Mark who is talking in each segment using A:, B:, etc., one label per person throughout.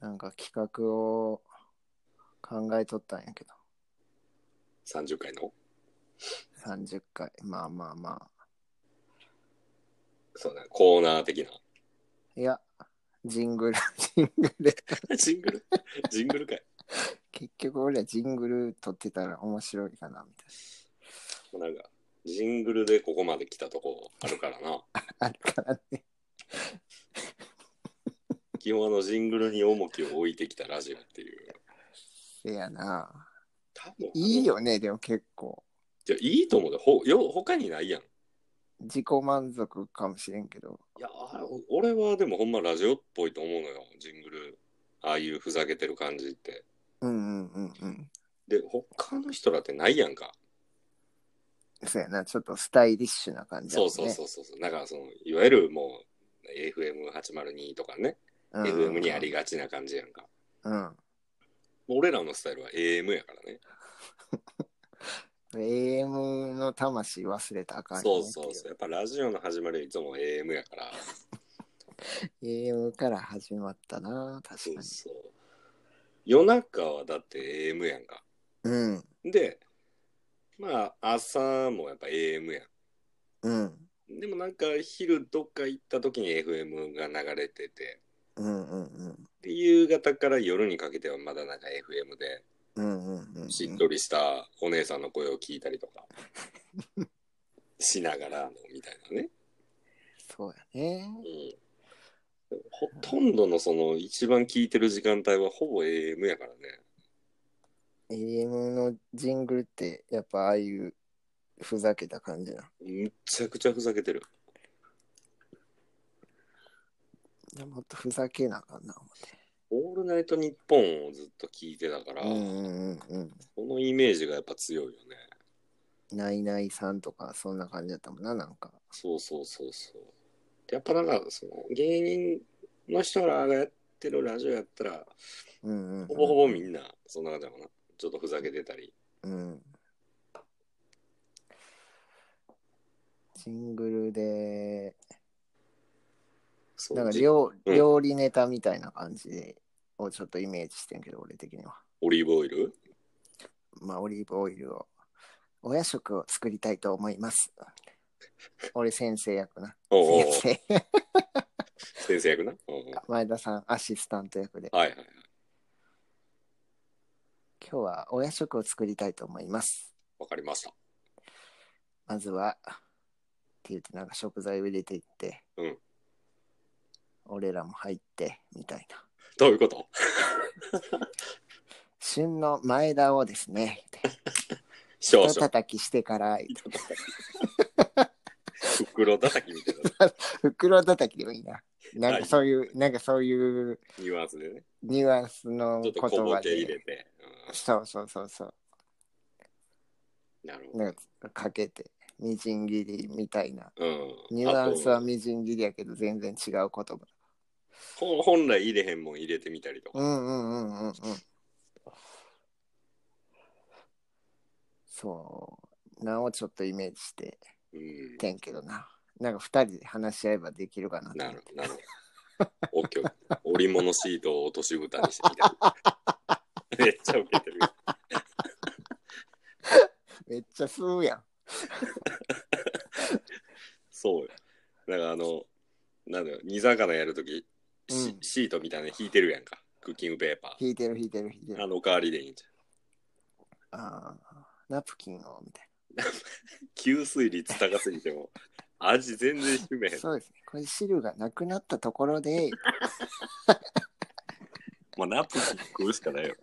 A: なんか企画を考えとったんやけど、
B: 30回の。
A: 30回。まあまあまあ。
B: そうだね、コーナー的な。
A: いや、ジングル、 ジングル。
B: ジングル ジングル回。
A: 結局俺はジングル撮ってたら面白いかな、みたい
B: もうなんか、ジングルでここまで来たとこあるからな。
A: な。あるからね。
B: 基本あのジングルに重きを置いてきたラジオっていう。
A: せやな。
B: 多分
A: いい。よね、でも結構。
B: いや、いいと思うで。ほ、よ、他にないやん。い
A: 自己満足かもしれんけど。
B: や、あお俺はでもほんまラジオっぽいと思うのよ。ジングル。ああいうふざけてる感じって。
A: うんうんうんうん。
B: で、他の人らってないやんか。
A: そうやな、ちょっとスタイリッシュな感じだ
B: そ
A: も
B: う
A: んね。
B: そうそうそうそう。だからその、いわゆるもう、FM802 とかね、
A: うんうんうん。
B: FM にありがちな感じやんか。
A: うん。
B: もう俺らのスタイルは AM やからね。
A: AM の魂忘れたらあかん
B: そ
A: よ
B: う
A: ねってい
B: そうそう。やっぱラジオの始まりはいつも AM やから。
A: AM から始まったな、
B: そ
A: 確か
B: う
A: に。
B: そう。夜中はだって AM やんか。
A: うん、
B: で、まあ朝もやっぱ AM や
A: うん、
B: ん。でもなんか昼どっか行った時に FM が流れてて、
A: うん、うん、うん、
B: で夕方から夜にかけてはまだなんか FM で
A: うん、うん、うん。
B: しっとりしたお姉さんの声を聞いたりと かしながらのみたいなね。
A: そうやね。
B: うん、ほとんどのその一番聞いてる時間帯はほぼ AM やからね。
A: AM のジングルって、やっぱああいうふざけた感じな。
B: むちゃくちゃふざけてる。
A: いやもっとふざけなあかんな、思って。
B: オールナイトニッポンをずっと聞いてたから、
A: うん、うん、うん、
B: そのイメージがやっぱ強いよね。
A: うん。ナイナイさんとか、そんな感じだったもんな、なんか。
B: そうそうそうそう。やっぱなんかその芸人の人らがやってるラジオやったら、
A: うん、うん、うん。
B: ほぼほぼみんなそんな感じだもんな。ちょっとふざけてたり。
A: うん。ジングルで、
B: そ
A: なん
B: う
A: か
B: じ
A: 料,、
B: うん
A: 料理ネタみたいな感じでをちょっとイメージしてんけど、俺的には。
B: オリーブオイル
A: まあ、オリーブオイルを、お夜食を作りたいと思います。俺先生役な。
B: おうおう
A: 先生。
B: 先生役な。うんうん
A: 前田さん、アシスタント役で。
B: はいはいはい。
A: 今日はお夜食を作りたいと思います。
B: わかりました。
A: まずは、って言ってなんか食材を入れていって、
B: うん
A: 俺らも入って、みたいな。
B: どういうこと
A: 旬の前田をですね、
B: 少
A: 人
B: 々。
A: 叩きしてから、
B: 袋叩きみたいな
A: 袋叩きでもいいな。なんかそういう、なんかそういう
B: ニュアンスでね。
A: ニュアンスの
B: ち
A: 言
B: ょっと小ボ
A: 葉
B: ケ入
A: で。
B: れて。
A: そうそうそうそ
B: うん、なる
A: う。
B: ほ
A: なんかかけて、みじん切りみたいな。
B: ど。うん。
A: ニュアンス
B: あ
A: は
B: と
A: みじん切りやけど全然違う言葉。
B: ほん本来入れへんもん入れてみたりと
A: う
B: か。
A: んうんうんうんうん。そう。なおちょっとイメージして
B: うん。
A: てんけどな。なんか二人で話し合えばできるかなと
B: な
A: 思っ
B: る
A: て。
B: ほど。なるほど。オ ッケー。織物シートを落とし蓋にしてみたり。 めっちゃウケてる。
A: めっちゃ吸うやん。
B: そうよ。だからあの、なんだよ、煮魚やるとき、シ
A: うん
B: シートみたいなの引いてるやんか。クッキングペーパ
A: 引いてる引いてる引いて
B: ー。あ
A: る。
B: の代わりでいいんじゃん。
A: ああ、ナプキンをみたい
B: 吸水率高すぎても、味全然含めへん
A: な。。そうですね。これ汁がなくなったところで、
B: まあ、ナプキン食うしかないよ。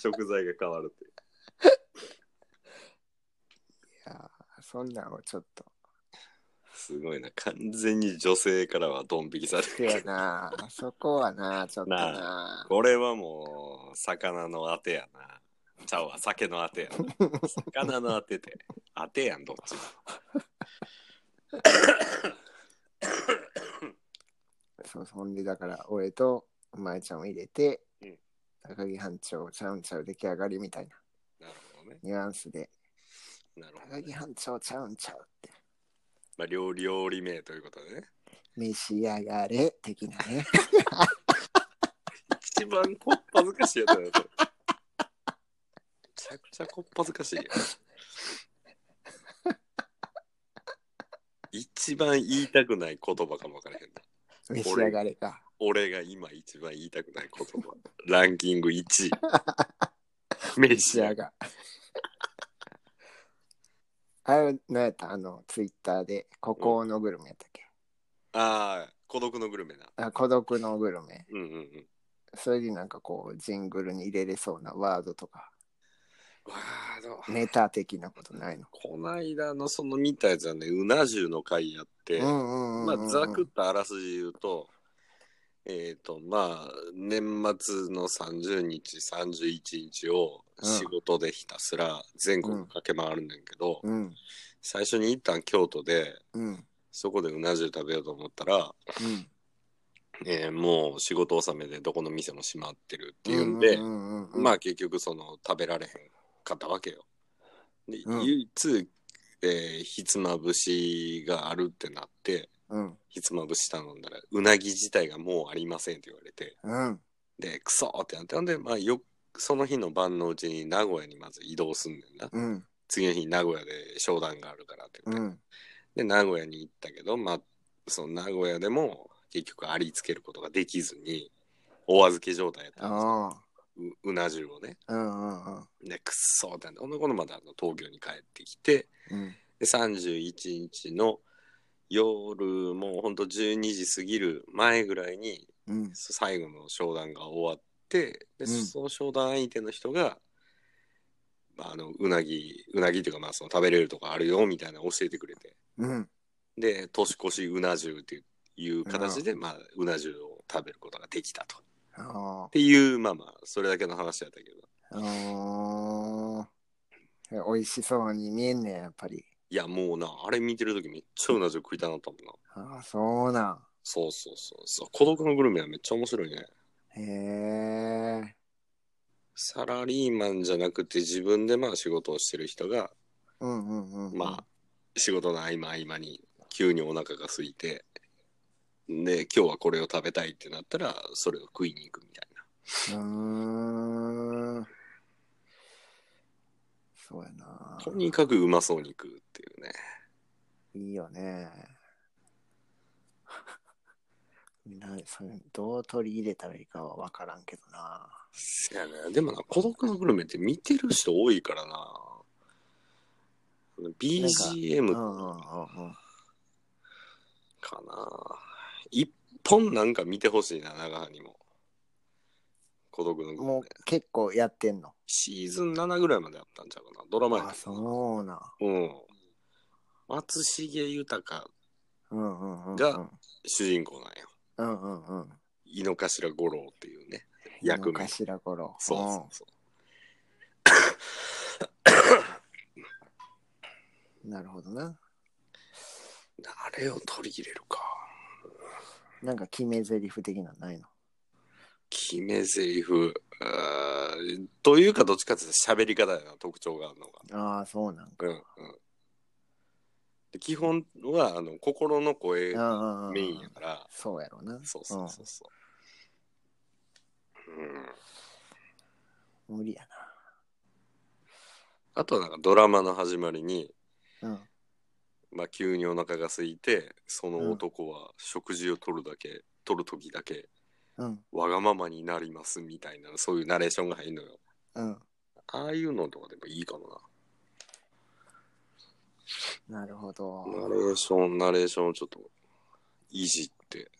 B: 食材が変わるっていう。
A: いやーそんなんをちょっと。
B: すごいな。完全に女性からはドン引きされ
A: せ
B: て
A: や
B: る。
A: な。そこはな、ちょっとな。
B: これはもう、魚のあてやな。ちゃうわ、酒のあてやな。魚のあてて。あてやん、どっちも
A: そうそんでだから、俺と舞ちゃんを入れて、
B: うん
A: 高木班長、ちゃうんちゃう出来上がりみたいな
B: なるほどね。
A: ニュアンスで、
B: なるほど
A: 高木
B: ね。
A: 班長、ちゃうんちゃうって。
B: まあ、料理、料理名ということでね。
A: 召し上がれ的な ね。
B: 一番こっぱずかしいやつだよ、それ。めちゃくちゃこっぱずかしいやん。一番言いたくない言葉かもわからへんな。
A: 召し上がれか。
B: 俺が今一番言いたくない言葉。ランキング1位。メ
A: 召し
B: シア
A: 上が。あれ、何やったあの、ツイッターで、孤高のグルメやったっけ、
B: ああ、孤独のグルメな。
A: あ孤独のグルメ。
B: うんうんうん。
A: それになんかこう、ジングルに入れれそうなワードとか、
B: わあ、どう
A: ネタ的なことないの。
B: こないだのその見たやつはね、うな重の回やって、
A: うんうんうんうん、
B: まあ、ざくっとあらすじ言うと、えっ、と、まあ、年末の30日、31日を仕事でひたすら全国駆け回るんだけど、
A: うん
B: 最初に一旦京都で、
A: うんうん
B: そこでうな重食べようと思ったら、えーもう仕事納めでどこの店も閉まってるっていうんで、ま
A: まあ
B: あ結局その食べられへんかったわけよ。で、
A: うん
B: 唯一、えーひつまぶしがあるってなって、
A: うん
B: ひつまぶし頼んだら、うなぎ自体がもうありませんって言われて、
A: うん
B: で、クソーってなって、ほんで、まあ、よその日の晩のうちに名古屋にまず移動すんねんな。
A: うん
B: 次の日名古屋で商談があるからって
A: う
B: 言って。
A: ん
B: で、名古屋に行ったけど、まあ、その名古屋でも結局ありつけることができずに、お預け状態やったんですよ
A: あ
B: ううな重をね。
A: あうんうん
B: で、クソーってなって、ほんで、このまたあの東京に帰ってきて、
A: うん
B: で31日の夜もうほんと12時過ぎる前ぐらいに
A: うん
B: 最後の商談が終わってで、
A: ん
B: その商談相手の人が、まあ、あのうなぎうなぎというかまあその食べれるとかあるよみたいなの教えてくれて
A: うん
B: で年越しうな重っていう形で、まあ、うな重を食べることができたとっ
A: あ
B: ていうまあまあそれだけの話だったけど
A: あああ美味しそうに見えんねややっぱり
B: いやもうなあれ見てる時めっちゃうな重食いたなったもんな
A: ああそうな
B: そうそうそうそう孤独のグルメはめっちゃ面白いね
A: んへえ
B: サラリーマンじゃなくて自分でまあ仕事をしてる人が
A: うんうんうんうん
B: まあ仕事の合間合間に急にお腹が空いてで今日はこれを食べたいってなったらそれを食いに行くみたいう
A: ーんそうやな
B: なとにかくうまそうに食うっていうね
A: いいよね。なそれどう取り入れたらいいかは分からんけどな。
B: せやねでもな孤独のグルメって見てる人多いからな BGM
A: う
B: と
A: ん
B: か
A: う
B: なん
A: うんうん。
B: 一本なんか見てほしいな長羽にも孤独のグルメ
A: もう結構やってんの。
B: シーズン7ぐらいまであったんちゃうかなドラマや
A: あ、
B: けど
A: そうな。
B: うん。松重豊
A: うんうんうんうん。
B: が主人公なんよ。
A: うんうんうん。
B: 井の頭五郎っていうね。役
A: 目。
B: 目
A: 頭頃。
B: そうそうそう。
A: うんなるほどな。
B: あれを取り入れるか。
A: なんか決め台詞的なのないの。
B: 決め台詞。あーというか、どっちかっていうと喋り方やな、特徴があるのが。
A: ああ、そうなんか。
B: うんうん。で基本は、あの、心の声
A: うんうんうん
B: メインやから。
A: そうやろな。
B: そうそうそうそう。うん。
A: うん。無理や
B: あとはなんかドラマの始まりに、
A: な。うん。
B: まあ、急にお腹が空いてその男は食事を取るだけ、取る時だけ
A: うん
B: わがままになりますみたいなそういうナレーションが入るのよ
A: うん。
B: ああいうのとかでもいいかも
A: なるほど。
B: なナレーションナレーションをちょっといじって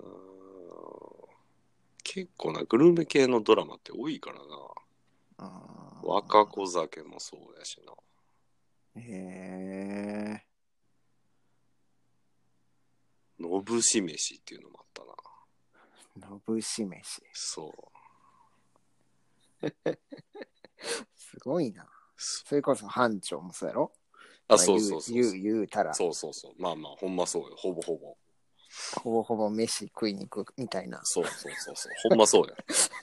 B: うーん結構なグルメ系のドラマって多いからな
A: あー
B: 若子酒もそうやしな
A: へえ。
B: のぶし飯っていうのもあったな
A: のぶし飯。
B: そう
A: すごいな。
B: そ
A: それこそ班長もそうやろ
B: あそうそうそう
A: まあ言
B: そう
A: 言う言うたら、
B: そうそうそう。まあまあ、ほんまそうよ。ほぼほぼ。
A: ほぼほぼ飯食いに行くみたいな。
B: そうそうそうそう。ほんまそうや。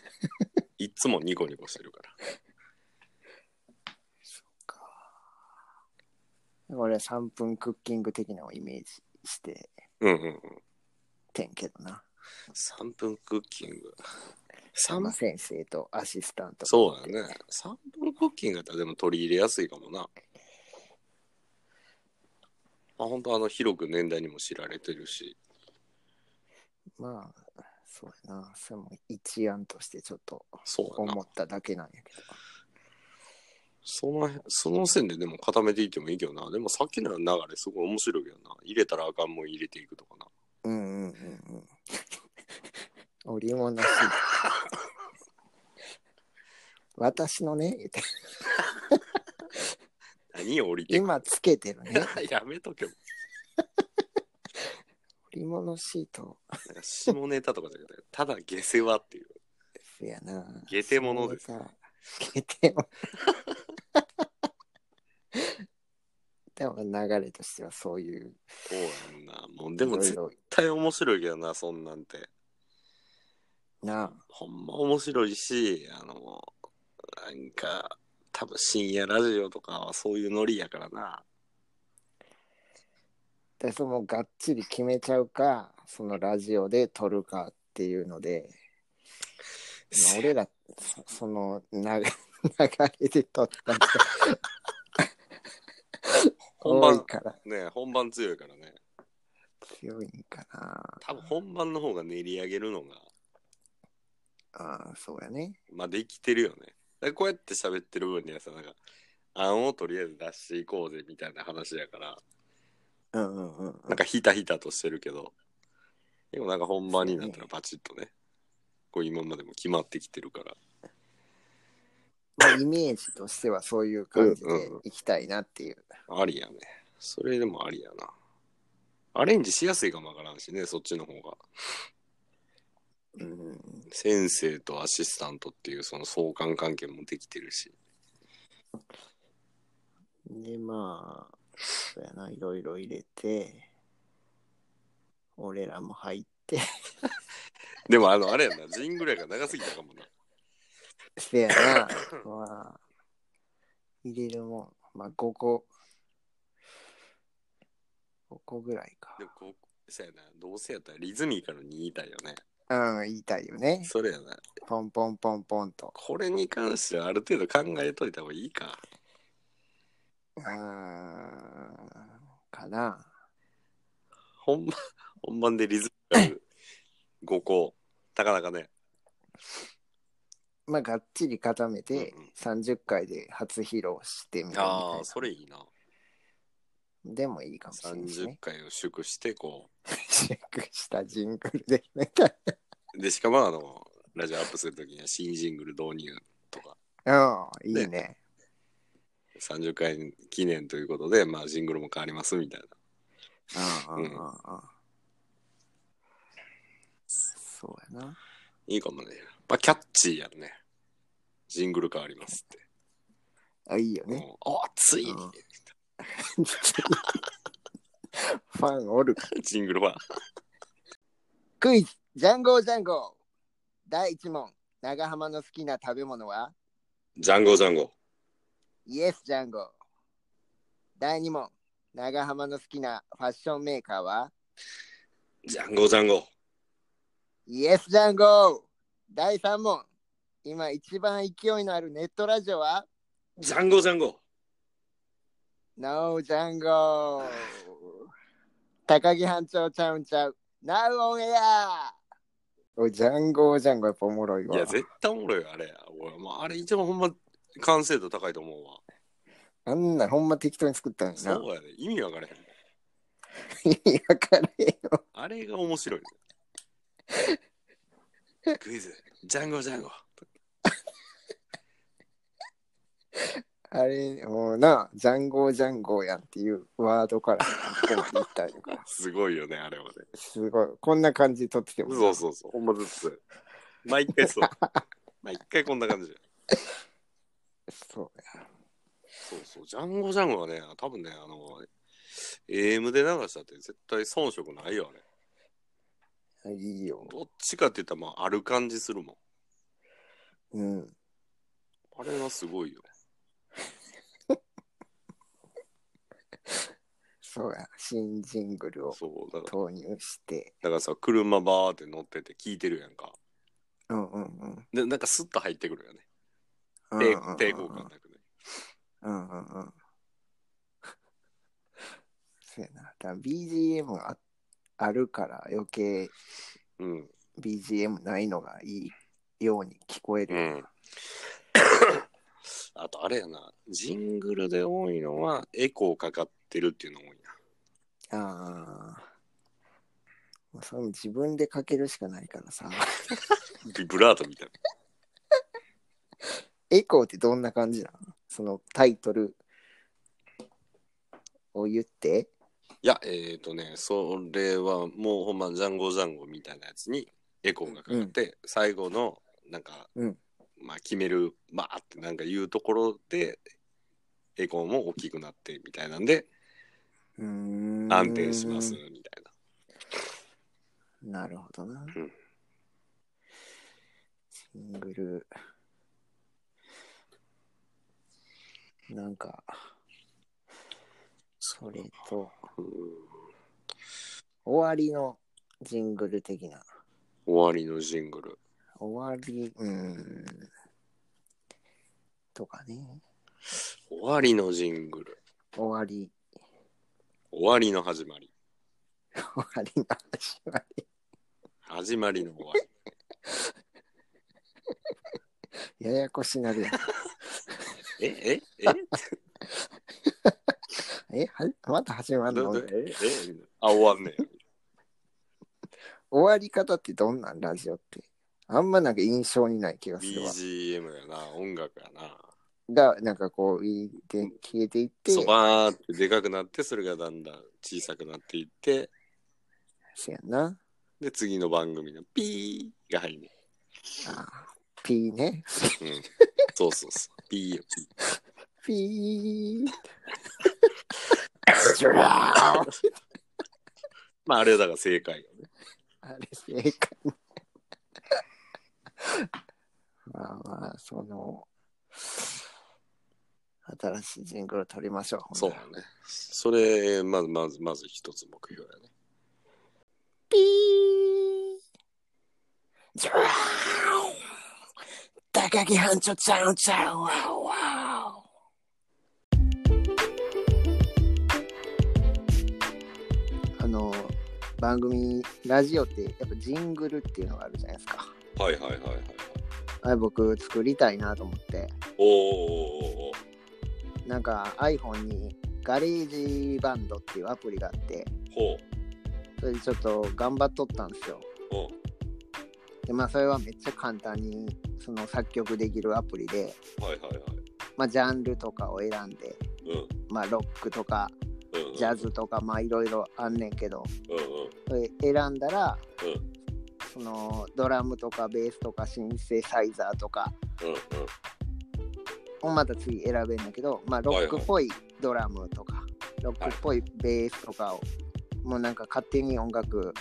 B: いっつもニコニコしてるから。
A: 俺は3分クッキング的なのをイメージして
B: うんうんうん。
A: てんけどな。
B: 3分クッキング。3
A: ま
B: 分
A: あ先生とアシスタント。
B: そうだね。。3分クッキングだったらでも取り入れやすいかもな。まあ、本当あの広く年代にも知られてるし。
A: まあ、そうやな。それも一案としてちょっと
B: そうやな
A: 思。っただけなんやけど。
B: その辺、その線ででも固めていってもいいけどな。でもさっきの流れすごい面白いけどな。入れたらあかんもん入れていくとかな。
A: うんうんうん うん。織物しい。 私のね、言って
B: 何を降りてく
A: 今つけてるね。
B: やめとけも。
A: 織物シート
B: なんか 下ネタとかじゃなくて、ただ下世話っていう。
A: せやな。
B: 下手者です
A: そうだ。下手者。でも流れとしてはそういう。
B: そうやんな。もうでも
A: い
B: 絶
A: ろい
B: 対面白いけどな、そんなんて。
A: ろなあ。
B: ほんま面白いし、あの、なんか、多分深夜ラジオとかはそういうノリやからな。
A: でそのがっちり決めちゃうかそのラジオで撮るかっていうので、まあ、俺らそその流 流れで撮 った人
B: 本
A: 多い
B: 番、
A: から
B: ね、本番強いからね。
A: 強いんかな
B: 多分本番の方が練り上げるのが、
A: ああそうやね
B: まあできてるよね。だからこうやって喋ってる分にはさ、なんか、案をとりあえず出していこうぜみたいな話やから、
A: うんうんうん
B: なんかヒタヒタとしてるけど、でもなんか本番になったらバチッとね、こう今までも決まってきてるから。
A: まあイメージとしてはそういう感じでいきたいなっていう、
B: ありやね。それでもありやな。アレンジしやすいかもわからんしね、そっちの方が。
A: うん、
B: 先生とアシスタントっていうその相関関係もできてるし。
A: でまあそうやないろいろ入れて俺らも入って
B: でもあの、あれやな、ジングルやから長すぎたかもな。
A: せや な。まあ、入れるもん。まあ、5個。5個ぐらいか
B: で。もこう、そうやな、どうせやったらリズミカルに言いたいよね。
A: うん、言いたいよね。
B: それやな。
A: ポンポンポンポンと。
B: これに関してはある程度考えといた方がいいか。
A: うーん、かな。
B: 本番、本番でリズミカル5個。なかなかね。
A: まあ、がっちり固めて
B: うんうん、
A: 30回で初披露してみるみたい
B: あ
A: な
B: あ、。それいいな。
A: でもいいかもしれないです
B: 30
A: ね。
B: 回を祝して、こ。
A: チェックしたジングルで、みたいう
B: で、しかもあの、ラジオアップするときには新ジングル導入とか。
A: な。 うん、いいね。
B: 30回記念ということで、まあ、ジングルも変わりますみたいな。
A: うん、うん、うん、
B: う
A: うん。そうやな。
B: いいかもね。まあ、キャッチーやんね。ジングル変わりますって。
A: あ、いいよね。
B: もうあ、ついに、
A: うん ファンおるか。
B: ジングルは。
A: クイズ、ジャンゴージャンゴー。第1問、長浜の好きな食べ物は
B: ジャンゴジャンゴ。
A: イエスジャンゴー。第2問、長浜の好きなファッションメーカーは
B: ジャンゴジャンゴ。
A: イエスジャンゴー。第3問、今一番勢いのあるネットラジオは
B: ジャンゴジャンゴ。
A: ノージャンゴー。高木班長ちゃうんちゃう。ナウオンエアおいジャンゴージャンゴーやっぱおもろい
B: い
A: わ。
B: や、絶対おもろいよ、あれ。俺、まあ、あれ一番ほんま完成度高いと思うわ。
A: あんなほんま適当に作ったんやな。
B: そうやね。意味わからへん。
A: 意味わかんねえよ。
B: あれが 面白い、ね。クイズ、ジャンゴジャンゴ。
A: あれ、もうな、ジャンゴージャンゴーやんっていうワードから言ったんやから。
B: すごいよね、あれはね。
A: すごい。こんな感じで撮ってても。
B: そうそうそう、ほんまずつ。毎回 そう。毎回こんな感じだよ。
A: そう
B: そうそう、ジャンゴジャンゴはね、多分ね、あの、AM で流したって絶対遜色ないよ、あ
A: や
B: れ。
A: いいよ。
B: どっちかって言ったら、まあ、ある感じするもん。
A: うん。
B: あれはすごいよ。
A: そうや、新ジングルを
B: そうだから
A: 投入して。
B: だからさ車バーって乗ってて聞いてるやんか
A: うんうんうん。
B: でなんかスッと入ってくるよね
A: うんうん
B: 抵
A: うんうん
B: 抵抗感なくね
A: うんうんうん。そうやな。だから BGM ああるから余計
B: うん
A: BGM ないのがいいように聞こえる
B: う
A: よ
B: ん あとあれやなジングルで多いのはエコーかかってるっていうの多いな
A: な。ああ。もうそれも自分でかけるしかないからさ。
B: ビブラートみたい
A: エコーってどんな感じなのそのタイトルを言って。
B: ないやえっ、ー、とねそれはもうほんまジャンゴジャンゴみたいなやつにエコーがかかって、最後のなんか、
A: うん
B: まあ決めるまあってなんか言うところでエコーも大きくなってみたいなんで
A: うーん
B: 安定しますみたいな
A: なるほどな。
B: うん
A: シングル。なんか、それと、
B: うん
A: 終わりのジングル的な。
B: 終わりのジングル
A: 終わり、うーん。とかね。
B: 終わりのジングル
A: 終わり、
B: 終わりの始まり
A: 終わりの始まり。
B: 始まりの終わり
A: ややこしなるやん。
B: ええ え
A: え、はまた始ま
B: ど
A: るの
B: どええあ終わんねえ
A: 終わり方ってどんなんラジオって。あんまなんか印象にない気がするわ。
B: BGM やな音楽やな
A: が、なんかこう、いで消えていって、
B: そうバーってでかくなってそれがだんだん小さくなっていって
A: せやな。
B: で次の番組のピーが入んね
A: あーピーね。
B: え、うん、そうそうそうピーよ
A: ピー。ジュラー
B: まああれはだから正解よね
A: あれ、正解。 まあまあ、その、新しいジングルを取りましょう。
B: そうだねそれまずまずまず一つ目標やね
A: ピージュラー高木班長ちゃんちゃんわおわおあの番組ラジオってやっぱジングルっていうのがあるじゃないですか
B: はいはいはいはい
A: あれ僕作りたいなと思って
B: おお
A: なんか iPhone にガレージバンドっていうアプリがあって
B: ほ
A: それでちょっと頑張っとったんですよ
B: うほ
A: でまあそれはめっちゃ簡単にその作曲できるアプリで、
B: うはいはいはい
A: まあ、ジャンルとかを選んで、
B: う
A: まあ、ロックとか
B: ん
A: ジャズとかまあいろいろあんねんけど
B: うんうん
A: それ選んだら
B: うん
A: そのドラムとかベースとかシンセサイザーとか
B: うんうん
A: をまた次選べんだけど、まあ、ロックっぽいドラムとかロックっぽいベースとかをもうなんか勝手に音楽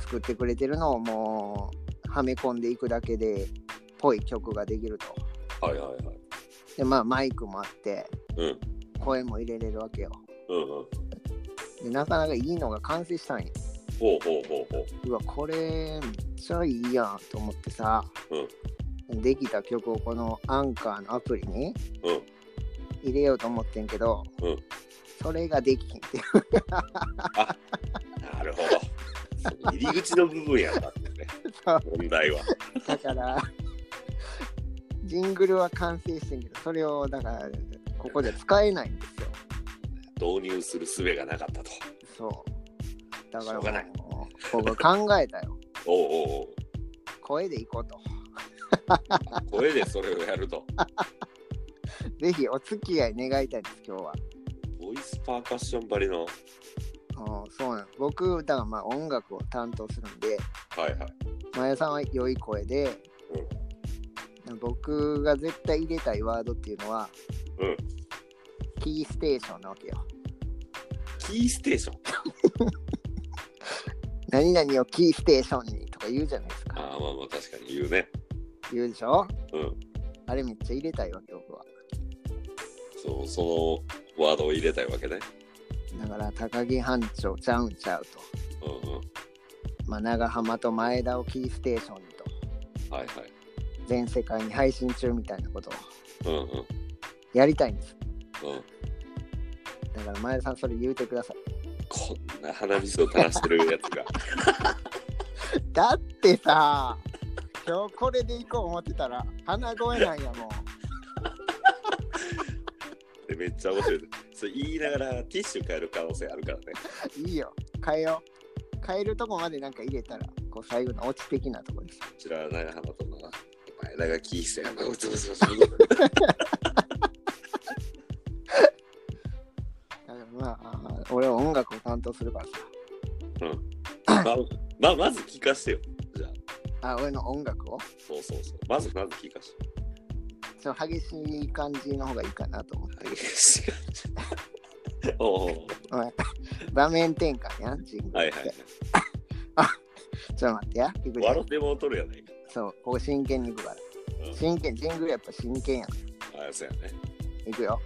A: 作ってくれてるのをもうはめ込んでいくだけでっぽい曲ができると。
B: はいはいはい
A: でまあマイクもあって
B: うん
A: 声も入れれるわけよ
B: うんうん
A: でなかなかいいのが完成したんよ
B: ほうほうほうほ
A: うわこれめっちゃいいやんと思ってさ、できた曲をこのアンカーのアプリに
B: ううん
A: 入れようと思ってんけど、
B: うん
A: それができひんっていう
B: なるほ ど。入り口の部分やったんだね。
A: そう
B: 問題は。
A: だから ジングルは完成してんけどそれをだからここで使えないんですよ
B: 導入する術がなかったと。
A: そうだか
B: しょうがな
A: ら
B: い
A: もう僕考えたよ
B: おうおう
A: 声でいこうと
B: おう。声でそれをやると。
A: ぜひお付き合い願いたいです今日は
B: ボイスパーカッションばりの。は
A: うんそうなの僕だからまあ音楽を担当するんで
B: いはい。
A: 真矢さんは良い声で、僕が絶対入れたいワードっていうのは、
B: うん
A: キーステーションなわけよ
B: キーステーション。
A: 何々をキーステーションにとか言うじゃないですか
B: ああまあまあ確かに言うね。
A: 言うでしょ
B: うん。
A: あれめっちゃ入れたいわけ僕は
B: そうそのワードを入れたいわけね。
A: だから高木班長ちゃうんちゃうと、
B: うんうん。
A: まあ、長浜と前田をキーステーションにと
B: はいはい。
A: 全世界に配信中みたいなことを
B: うんうん。うん。
A: やりたいんですだから前田さんそれ言うてください
B: こんな鼻水を垂らしてるやつが。
A: だってさ今日これで行こう思ってたら鼻声なんやもん
B: でめっちゃ面白い。それ言いながらティッシュ変える可能性あるからね。
A: いいよ、変えよう。変えるとこまでなんか入れたら、こう最後のオチ的なとこです。
B: こちらは長浜とな。前田がキーしてやばい。つぶつぶ
A: だからまあ、俺は音楽を担当するからさ。
B: まあ、まあ、まず聞かしてよ。じゃあ。
A: あ、俺の音楽を
B: そうそうそう。まずまず聞かして。
A: ちょっと激しい感じの方がいいかなと思って。
B: おお。
A: 場面転換やん、ジングル
B: はいはいはい。
A: ちょっと待ってや。行くで
B: 笑ってもうとるやないか。
A: そう、こう真剣に行くから。
B: うん
A: 真剣、ジングルやっぱ真剣やん。
B: ああ、そうやね。
A: 行くよ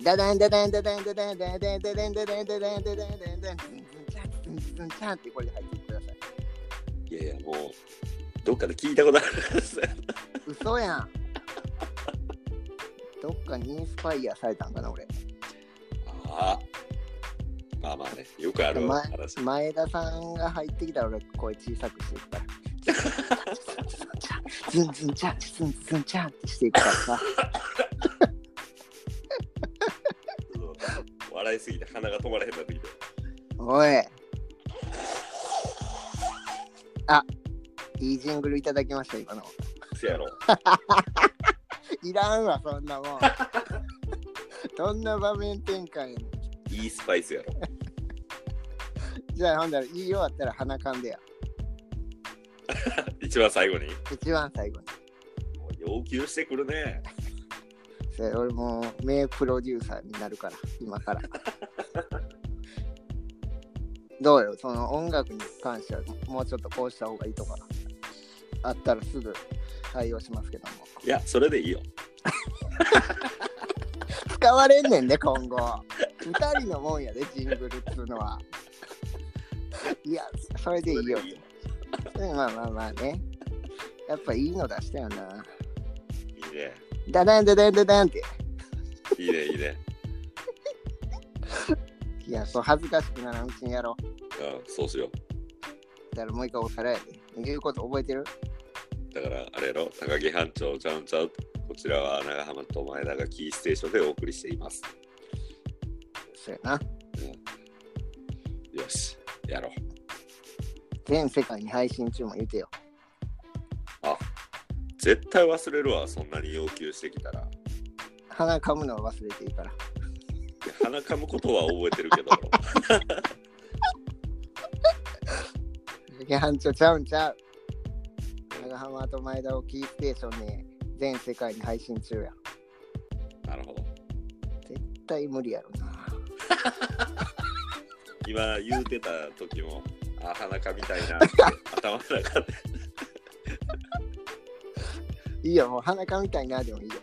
B: う。
A: ダダンダダンダダンダダンダダンダダンダダンダダンダダンダダンダダンダダンダダンってこれで入ってください。
B: いやいや、もう、どっかで聞いたことある。
A: 嘘やん。どっかにインスパイアされたんかな、俺。
B: ああ。まあまあね、よくある
A: 前
B: 話。
A: 前田さんが入ってきたら俺、声小さくしていくから。ズンズンチャン、ズンズンチャンってしていくからさ。
B: 笑いすぎて鼻が止まらへんなってきた。
A: おい。あ、いいジングルいただきました、今の。
B: せやろ。
A: いらんわ、そんなもん。 どんな場面転換やねん。
B: いいスパイスやろ。
A: じゃあ、ほんだら、言い終わったら鼻かんでや。
B: 一番最後に。
A: 一番最後に。
B: もう要求してくるね。
A: それ俺もう名プロデューサーになるから今から どうよその音楽に関してはもうちょっとこうした方がいいとかあったらすぐ対応しますけども
B: いや、それでいいよ。
A: 使われんねんで今後2人のもんやでジングルっつうのはいやそれでいいよ
B: それでいいよ
A: うんまあまあまあねやっぱいいの出したよない
B: いね。
A: ダダンダダンダダンって
B: いいね、いいね。
A: いやそう恥ずかしくならんうちにやろう
B: うん、そうしよ
A: だからもう一回おさらいやで言うこと覚えてる
B: う。だから、あれやろ、高木班長、ちゃうんちゃう。こちらは長浜と前田がキーステーションでお送りしています。
A: そうやな
B: よし、やろう。
A: 全世界に配信中も言うてよ。
B: 絶対忘れるわ、そんなに要求してきたら。
A: 鼻噛むのは忘れていいから。
B: いや鼻かむことは覚えてるけど。
A: 批判ちょちゃうんちゃう。長浜と前田をキーステーションに全世界に配信中や。
B: なるほど。
A: 絶対無理やろな。
B: 今言うてた時も、あ、鼻かみたいな。頭の中で。
A: いいよ、もう鼻噛みたいなでもいいよ。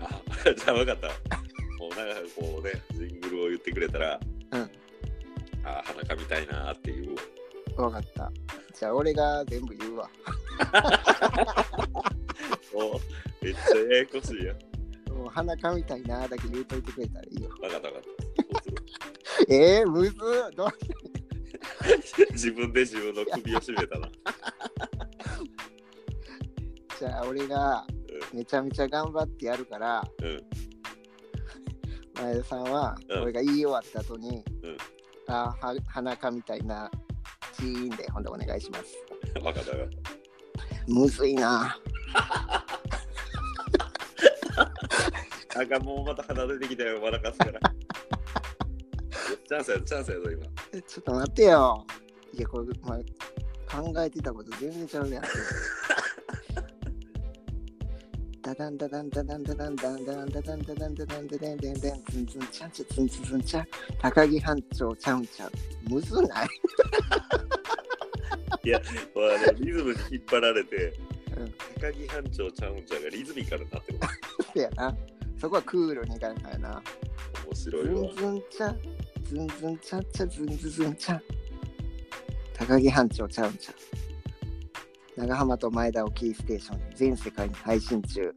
B: あ、じゃあ分かった。もうなんかこうね、ジングルを言ってくれたら、
A: うん
B: あ、鼻かみたいなっていうわ。
A: わかった。じゃあ俺が全部言うわ。
B: おめっちゃややこしいやん。
A: もう鼻噛みたいなだけ言うといてくれたらいいよ。
B: 分かった分かったそう
A: えー、むずっどう
B: する。 自分で自分の首を絞めた な。
A: じゃあ俺がめちゃめちゃ頑張ってやるから、
B: うん。
A: 前田さんは
B: うん
A: 俺が言い終わった後に、
B: うん
A: あーは鼻かみたいなチーンでほんでお願いします
B: 分かった分かっ
A: むずいな
B: た。あかんもうまた鼻出てきたよ、笑か すから。チャンスやぞチャンスやぞ、今。
A: えちょっと待ってよいやこれ、まあ、考えてたこと全然ちゃうやんダダンダダンダダンダダンダダンダダンダダンダダンダダンダダンダダンダダンツンツンチャンチャツンツンツンチャン高木班長ちゃうんちゃうむずない
B: もうあのリズムに引っ張られて、
A: うん
B: 高木班長ちゃうんちゃんがリズミカルになってる。
A: そうやなそこはクールにいかないからな
B: 面白
A: ズ
B: いわ
A: ン。ズンちゃん、ズンズンちゃんちゃ、ズンズズンちゃん。高木班長ちゃうんちゃう。長浜と前田をキーステーションに全世界に配信中。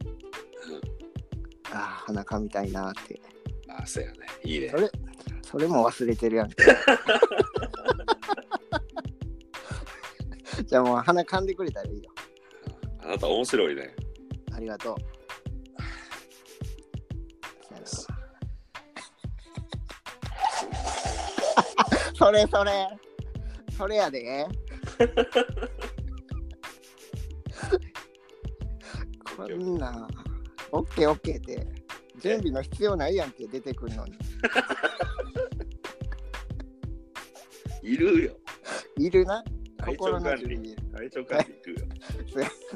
A: ああ、花かみたいなーって。
B: あ、そうやね。いいね
A: そ。れ、それも忘れてる やんけ。じゃあもう鼻噛んでくれたらいいよ。
B: あなた面白いね。
A: ありがとう。さよなら それそれそれやで。こんな、オッケーオッケーって、準備の必要ないやんけ、出てくるのに。
B: いるよ。
A: いるな、
B: 体調
A: 心の
B: 管
A: 準備。
B: 理。体調管理いるよ。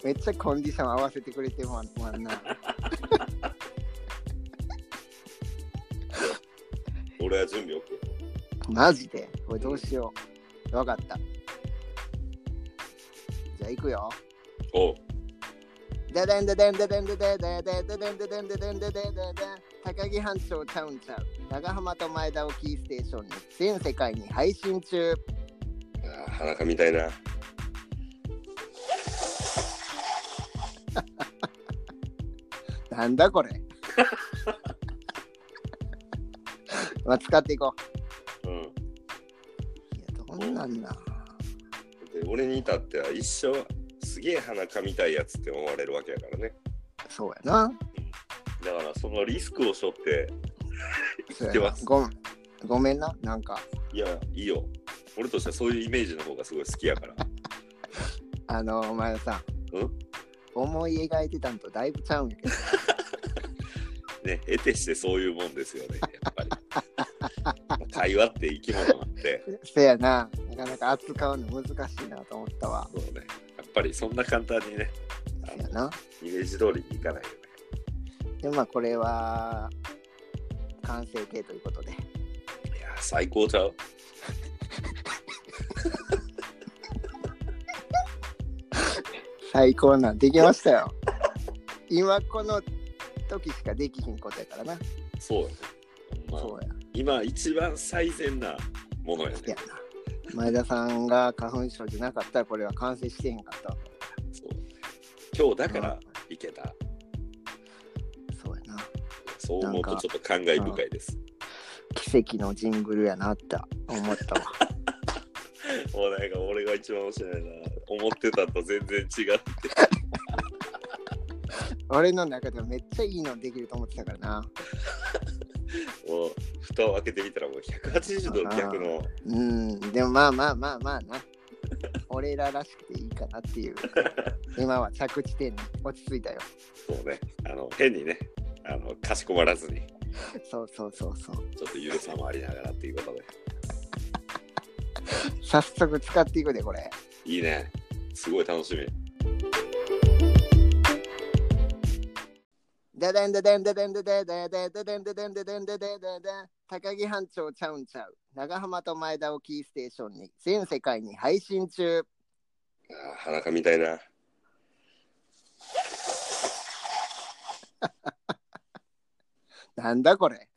A: めっちゃコンディション合わせてくれてもあんな。
B: 俺は準備 OK。
A: マジでこれどうしよう。わかった。じゃあ行くよ。
B: おう。
A: ででんででんででんででんででんででんででんででんででんででん高木班長ちゃうんちゃう。長浜と前田をキーステーションに全世界に配信中。
B: あー裸みたいな。
A: なんだこれ。まあ使っていこ
B: うん。
A: う。いや、どんなんだ。
B: で俺に至っては一生すげえ鼻かみたいやつって思われるわけやからね
A: そうやな。
B: だからそのリスクを背負って
A: そ
B: 生
A: うや
B: きて
A: な
B: ます
A: ごんごめんな、なんか。
B: いやいいよ俺としてはそういうイメージの方がすごい好きやから
A: あのお前さ
B: うん
A: 思い描いてたんとだいぶちゃうんやけど
B: ね得てしてそういうもんですよねやっぱり 会話って生き物なんで
A: せやななかなか扱うの難しいなと思ったわ
B: そうねやっぱりそんな簡単にねあ
A: せや
B: の
A: な
B: イメージ通りにいかないよね
A: でまあこれは完成形ということで
B: いや最高ちゃう
A: 最高なんできました よ今この時しかできひんことやからな、
B: そうやねほんま
A: そうや
B: 今一番最善なものや
A: せや
B: ね
A: な前田さんが花粉症じゃなかったらこれは完成してへんかったわ
B: そう今日だからいけた、
A: そうやな
B: そう思うとちょっと感慨深いです。
A: 奇跡のジングルやなって思った わ
B: もうなんか俺が一番面白いな。思ってたと全然違う。
A: 俺の中ではめっちゃいいのできると思ってたからな
B: もう蓋を開けてみたらもう180度逆の。
A: うん、でもまあまあまあまあな。俺ららしくていいかなっていう。今は着地点に落ち着いたよ。
B: そうね。あの変にね。あのかしこまらずに
A: そうそうそうそう。
B: ちょっとゆるさもありながらっていうことで
A: 早速使っていくで、これ。
B: いいねすごい楽しみ
A: ででんででんででんででででででんででんででんでででで高木班長ちゃうんちゃう。長浜と前田をキーステーションに全世界に配信中。
B: あー裸みたいな
A: なんだこれ。